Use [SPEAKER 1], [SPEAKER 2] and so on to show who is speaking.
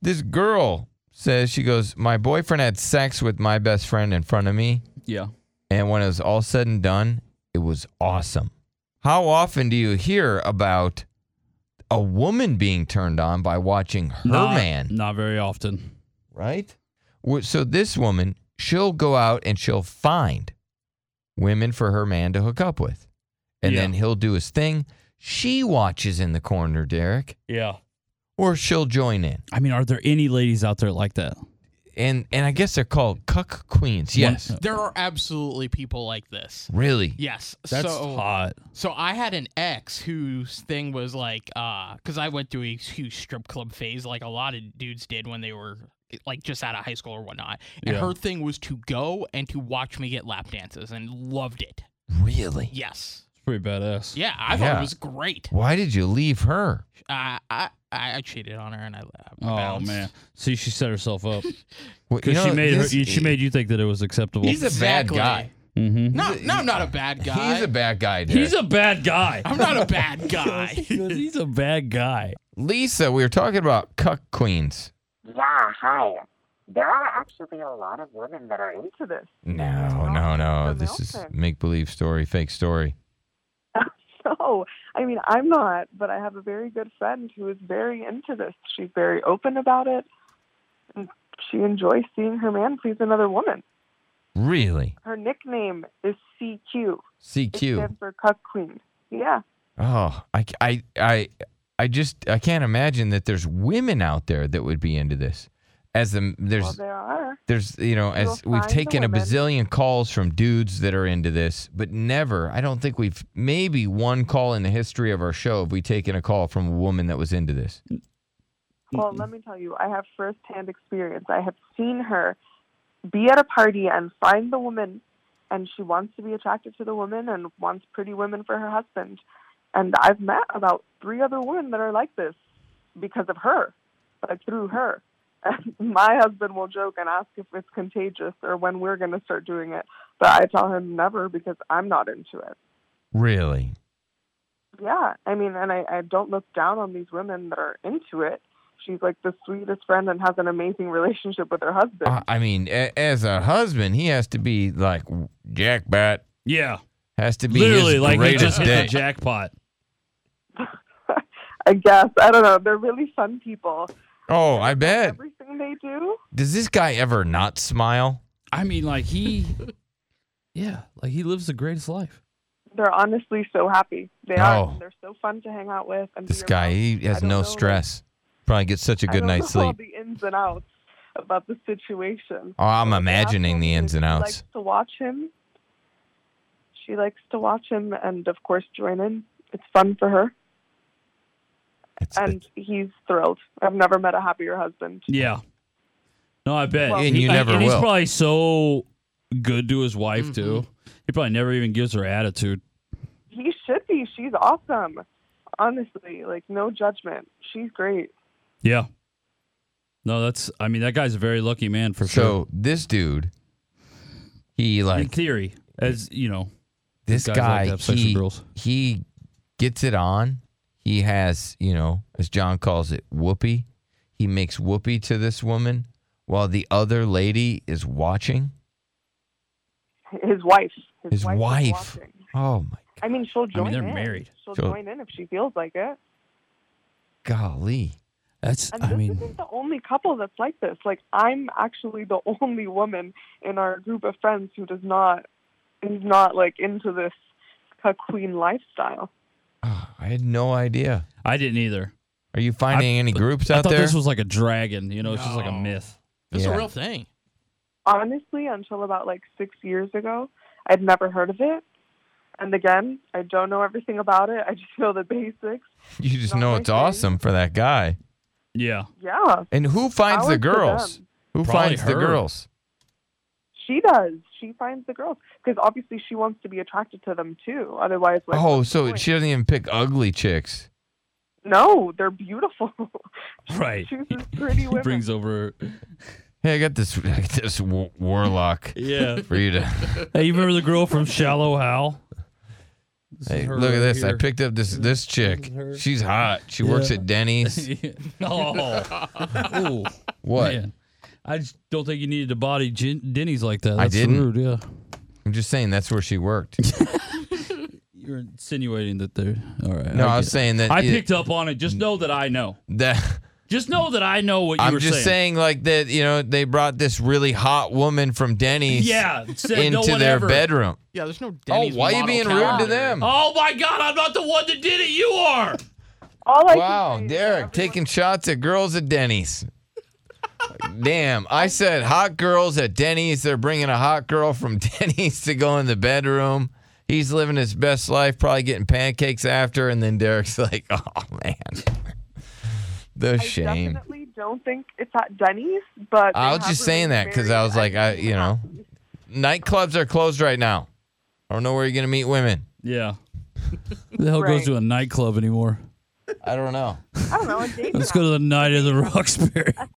[SPEAKER 1] this girl says she goes, my boyfriend had sex with my best friend in front of me,
[SPEAKER 2] Yeah.
[SPEAKER 1] and when it was all said and done, it was awesome. How often do you hear about a woman being turned on by watching her
[SPEAKER 2] Not-
[SPEAKER 1] man?
[SPEAKER 2] Not very often.
[SPEAKER 1] right? Wh- So this woman, she'll go out and she'll find women for her man to hook up with, and
[SPEAKER 2] Yeah.
[SPEAKER 1] then he'll do his thing. She watches in the corner, Derek,
[SPEAKER 2] Yeah.
[SPEAKER 1] or she'll join in.
[SPEAKER 2] I mean, are there any ladies out there like that?
[SPEAKER 1] And and I guess they're called cuck queens. Yes,
[SPEAKER 2] uh,
[SPEAKER 3] There are absolutely people like this.
[SPEAKER 1] really.
[SPEAKER 3] Yes.
[SPEAKER 2] That's
[SPEAKER 3] so,
[SPEAKER 2] hot.
[SPEAKER 3] So I had an ex whose thing was like, uh, because I went through a huge strip club phase, like a lot of dudes did when they were like just out of high school or whatnot. And
[SPEAKER 2] Yeah.
[SPEAKER 3] her thing was to go and to watch me get lap dances, and loved it.
[SPEAKER 1] Really.
[SPEAKER 3] Yes.
[SPEAKER 2] It's pretty badass.
[SPEAKER 3] Yeah, I thought
[SPEAKER 1] Yeah.
[SPEAKER 3] it was great.
[SPEAKER 1] Why did you leave her?
[SPEAKER 3] I I, I cheated on her, and I. I
[SPEAKER 2] Oh
[SPEAKER 3] bounced.
[SPEAKER 2] man. See, she set herself up
[SPEAKER 1] Well, you
[SPEAKER 2] because she
[SPEAKER 1] know,
[SPEAKER 2] made her,
[SPEAKER 1] this-
[SPEAKER 2] she made you think that it was acceptable.
[SPEAKER 1] He's a bad
[SPEAKER 3] Exactly.
[SPEAKER 1] guy.
[SPEAKER 2] mm-hmm.
[SPEAKER 3] No, no, I'm not a bad guy.
[SPEAKER 1] He's a bad guy. Derek.
[SPEAKER 2] He's a bad guy.
[SPEAKER 3] I'm not a bad guy.
[SPEAKER 2] He's a bad guy.
[SPEAKER 1] Lisa, we were talking about cuck queens.
[SPEAKER 4] Yeah, hi. There are actually a lot of women that are into this.
[SPEAKER 1] No,
[SPEAKER 3] Oh,
[SPEAKER 1] no, no. This is
[SPEAKER 5] Milton.
[SPEAKER 1] make believe story, fake story.
[SPEAKER 5] So, I mean, I'm not, but I have a very good friend who is very into this. She's very open about it. And she enjoys seeing her man please another woman.
[SPEAKER 1] Really.
[SPEAKER 5] Her nickname is CQ. It
[SPEAKER 1] CQ.
[SPEAKER 5] stands for Cuck Queen. Yeah.
[SPEAKER 1] Oh, I, c- I, I, I just I can't imagine that there's women out there that would be into this. As the
[SPEAKER 5] Well,
[SPEAKER 1] there's
[SPEAKER 5] there are.
[SPEAKER 1] there's you know as
[SPEAKER 5] You'll
[SPEAKER 1] we've
[SPEAKER 5] find the
[SPEAKER 1] taken a
[SPEAKER 5] women.
[SPEAKER 1] bazillion calls from dudes that are into this, but never I don't think we've maybe one call in the history of our show have we taken a call from a woman that was into this.
[SPEAKER 5] Well, let me tell you, I have firsthand experience. I have seen her be at a party and find the woman, and she wants to be attracted to the woman and wants pretty women for her husband. And I've met about three other women that are like this because of her, like through her. And my husband will joke and ask if it's contagious or when we're going to start doing it, but I tell him never because I'm not into it.
[SPEAKER 1] Really?
[SPEAKER 5] Yeah, I mean, and I, I don't look down on these women that are into it. She's like the sweetest friend and has an amazing relationship with her husband.
[SPEAKER 1] I, I mean, a, as a husband, he has to be like jackbat.
[SPEAKER 2] Yeah.
[SPEAKER 1] Has to be
[SPEAKER 2] Literally,
[SPEAKER 1] his
[SPEAKER 2] like he
[SPEAKER 1] greatest
[SPEAKER 2] just hit
[SPEAKER 1] day.
[SPEAKER 2] the jackpot.
[SPEAKER 5] I guess I don't know. They're really fun people.
[SPEAKER 1] oh, I bet.
[SPEAKER 5] Everything they do,
[SPEAKER 1] Does this guy ever not smile?
[SPEAKER 2] I mean, like he, yeah, like he lives the greatest life.
[SPEAKER 5] they're honestly so happy. They are.
[SPEAKER 1] Oh.
[SPEAKER 5] They're so fun to hang out with. And be
[SPEAKER 1] This guy,
[SPEAKER 5] around.
[SPEAKER 1] he
[SPEAKER 5] I
[SPEAKER 1] has
[SPEAKER 5] don't
[SPEAKER 1] no
[SPEAKER 5] know,
[SPEAKER 1] stress. Probably gets such a
[SPEAKER 5] like,
[SPEAKER 1] good
[SPEAKER 5] I don't
[SPEAKER 1] night's
[SPEAKER 5] know all
[SPEAKER 1] sleep.
[SPEAKER 5] the ins and outs about the situation.
[SPEAKER 1] Oh, I'm
[SPEAKER 5] But
[SPEAKER 1] imagining the
[SPEAKER 5] absolutely,
[SPEAKER 1] ins and
[SPEAKER 5] she
[SPEAKER 1] outs.
[SPEAKER 5] Likes to watch him. She likes to watch him, and of course, join in. It's fun for her.
[SPEAKER 1] It's-
[SPEAKER 5] and he's thrilled. I've never met a happier husband.
[SPEAKER 2] Yeah. No, I bet.
[SPEAKER 5] Well-
[SPEAKER 1] And you
[SPEAKER 2] I-
[SPEAKER 1] never
[SPEAKER 2] and He's
[SPEAKER 1] will.
[SPEAKER 2] probably so good to his wife too. He probably never even gives her attitude.
[SPEAKER 5] He should be. She's awesome. Honestly, like no judgment. She's great.
[SPEAKER 2] Yeah. No, that's. I mean, that guy's a very lucky man for sure.
[SPEAKER 1] so this dude, he
[SPEAKER 2] In
[SPEAKER 1] like
[SPEAKER 2] theory, as you know,
[SPEAKER 1] this
[SPEAKER 2] guys like
[SPEAKER 1] guy.
[SPEAKER 2] to have sex with
[SPEAKER 1] he,
[SPEAKER 2] girls.
[SPEAKER 1] he gets it on. He has, you know, as John calls it, whoopee. He makes whoopee to this woman while the other lady is watching.
[SPEAKER 5] His wife.
[SPEAKER 1] His
[SPEAKER 5] is
[SPEAKER 1] wife.
[SPEAKER 5] watching.
[SPEAKER 1] Oh my
[SPEAKER 5] I mean, she'll join.
[SPEAKER 2] they're
[SPEAKER 5] in.
[SPEAKER 2] married.
[SPEAKER 5] She'll
[SPEAKER 1] She'll-
[SPEAKER 5] join in if she feels like it.
[SPEAKER 1] golly!
[SPEAKER 2] that's.
[SPEAKER 5] And this
[SPEAKER 2] I mean,
[SPEAKER 5] isn't the only couple that's like this. Like I'm actually the only woman in our group of friends who does not is not like into this cuck queen lifestyle.
[SPEAKER 1] Oh, I had no idea.
[SPEAKER 2] I didn't either.
[SPEAKER 1] Are you finding any groups
[SPEAKER 2] I
[SPEAKER 1] out
[SPEAKER 2] thought
[SPEAKER 1] there?
[SPEAKER 2] this was like a dragon. You know, it's just like a
[SPEAKER 3] No.
[SPEAKER 2] myth.
[SPEAKER 3] This is
[SPEAKER 1] Yeah.
[SPEAKER 3] a real thing.
[SPEAKER 5] honestly, until about like six years ago, I'd never heard of it. And again, I don't know everything about it. I just know the basics.
[SPEAKER 1] you just
[SPEAKER 5] not
[SPEAKER 1] know
[SPEAKER 5] my
[SPEAKER 1] it's
[SPEAKER 5] thing.
[SPEAKER 1] awesome for that guy.
[SPEAKER 2] Yeah.
[SPEAKER 5] Yeah,
[SPEAKER 1] And who finds the
[SPEAKER 5] Power to
[SPEAKER 1] girls?
[SPEAKER 5] them.
[SPEAKER 1] Who
[SPEAKER 2] Probably
[SPEAKER 1] finds the
[SPEAKER 2] her.
[SPEAKER 1] girls?
[SPEAKER 5] she does. She finds the girls because obviously she wants to be attracted to them too. Otherwise, like,
[SPEAKER 1] oh,
[SPEAKER 5] what's the
[SPEAKER 1] so
[SPEAKER 5] point?
[SPEAKER 1] she doesn't even pick ugly chicks.
[SPEAKER 5] no, they're beautiful.
[SPEAKER 2] Right.
[SPEAKER 5] Chooses pretty
[SPEAKER 2] He
[SPEAKER 5] women.
[SPEAKER 2] brings over.
[SPEAKER 1] Hey, I got this, I got this war- warlock
[SPEAKER 2] Yeah.
[SPEAKER 1] for you to.
[SPEAKER 2] Hey, you remember the girl from Shallow Hal? This is
[SPEAKER 1] Hey,
[SPEAKER 2] her
[SPEAKER 1] look at
[SPEAKER 2] right
[SPEAKER 1] this. I
[SPEAKER 2] here.
[SPEAKER 1] picked up this this chick.
[SPEAKER 2] her.
[SPEAKER 1] She's hot. She works
[SPEAKER 2] Yeah.
[SPEAKER 1] at Denny's.
[SPEAKER 2] oh, Ooh,
[SPEAKER 1] What?
[SPEAKER 2] man. I just don't think you needed to body gin- Denny's like that. That's
[SPEAKER 1] I didn't.
[SPEAKER 2] Rude, yeah,
[SPEAKER 1] I'm just saying that's where she worked.
[SPEAKER 2] you're insinuating that they're all right.
[SPEAKER 1] No, I,
[SPEAKER 2] get
[SPEAKER 1] was
[SPEAKER 2] it.
[SPEAKER 1] saying that.
[SPEAKER 2] I
[SPEAKER 1] it-
[SPEAKER 2] picked up on it. Just know that I know.
[SPEAKER 1] that.
[SPEAKER 2] Just know that I know what you
[SPEAKER 1] I'm
[SPEAKER 2] were
[SPEAKER 1] just saying.
[SPEAKER 2] saying.
[SPEAKER 1] like that. You know, they brought this really hot woman from Denny's.
[SPEAKER 2] Yeah, said
[SPEAKER 1] Into
[SPEAKER 2] no one
[SPEAKER 1] their
[SPEAKER 2] ever-
[SPEAKER 1] bedroom.
[SPEAKER 3] Yeah, there's no Denny's.
[SPEAKER 1] Oh, why you
[SPEAKER 3] model
[SPEAKER 1] being rude to
[SPEAKER 3] calendar.
[SPEAKER 1] them?
[SPEAKER 2] Oh my God! I'm not the one that did it. You are.
[SPEAKER 5] All I
[SPEAKER 1] Wow,
[SPEAKER 5] can say is that
[SPEAKER 1] Derek
[SPEAKER 5] everyone-
[SPEAKER 1] taking shots at girls at Denny's. Damn, I said hot girls at Denny's. They're bringing a hot girl from Denny's to go in the bedroom. He's living his best life, probably getting pancakes after. And then Derek's like, oh, man. The
[SPEAKER 5] I
[SPEAKER 1] shame.
[SPEAKER 5] definitely don't think it's at Denny's, but they
[SPEAKER 1] I was
[SPEAKER 5] have
[SPEAKER 1] just saying
[SPEAKER 5] really
[SPEAKER 1] that 'cause I
[SPEAKER 5] varied
[SPEAKER 1] was like, I- you know.
[SPEAKER 5] activities.
[SPEAKER 1] Nightclubs are closed right now. I don't know where you're going to meet women.
[SPEAKER 2] Yeah. the hell goes
[SPEAKER 5] Right.
[SPEAKER 2] to a nightclub anymore?
[SPEAKER 1] I don't know.
[SPEAKER 5] I don't know. a date
[SPEAKER 2] Let's go to the night of the Roxbury.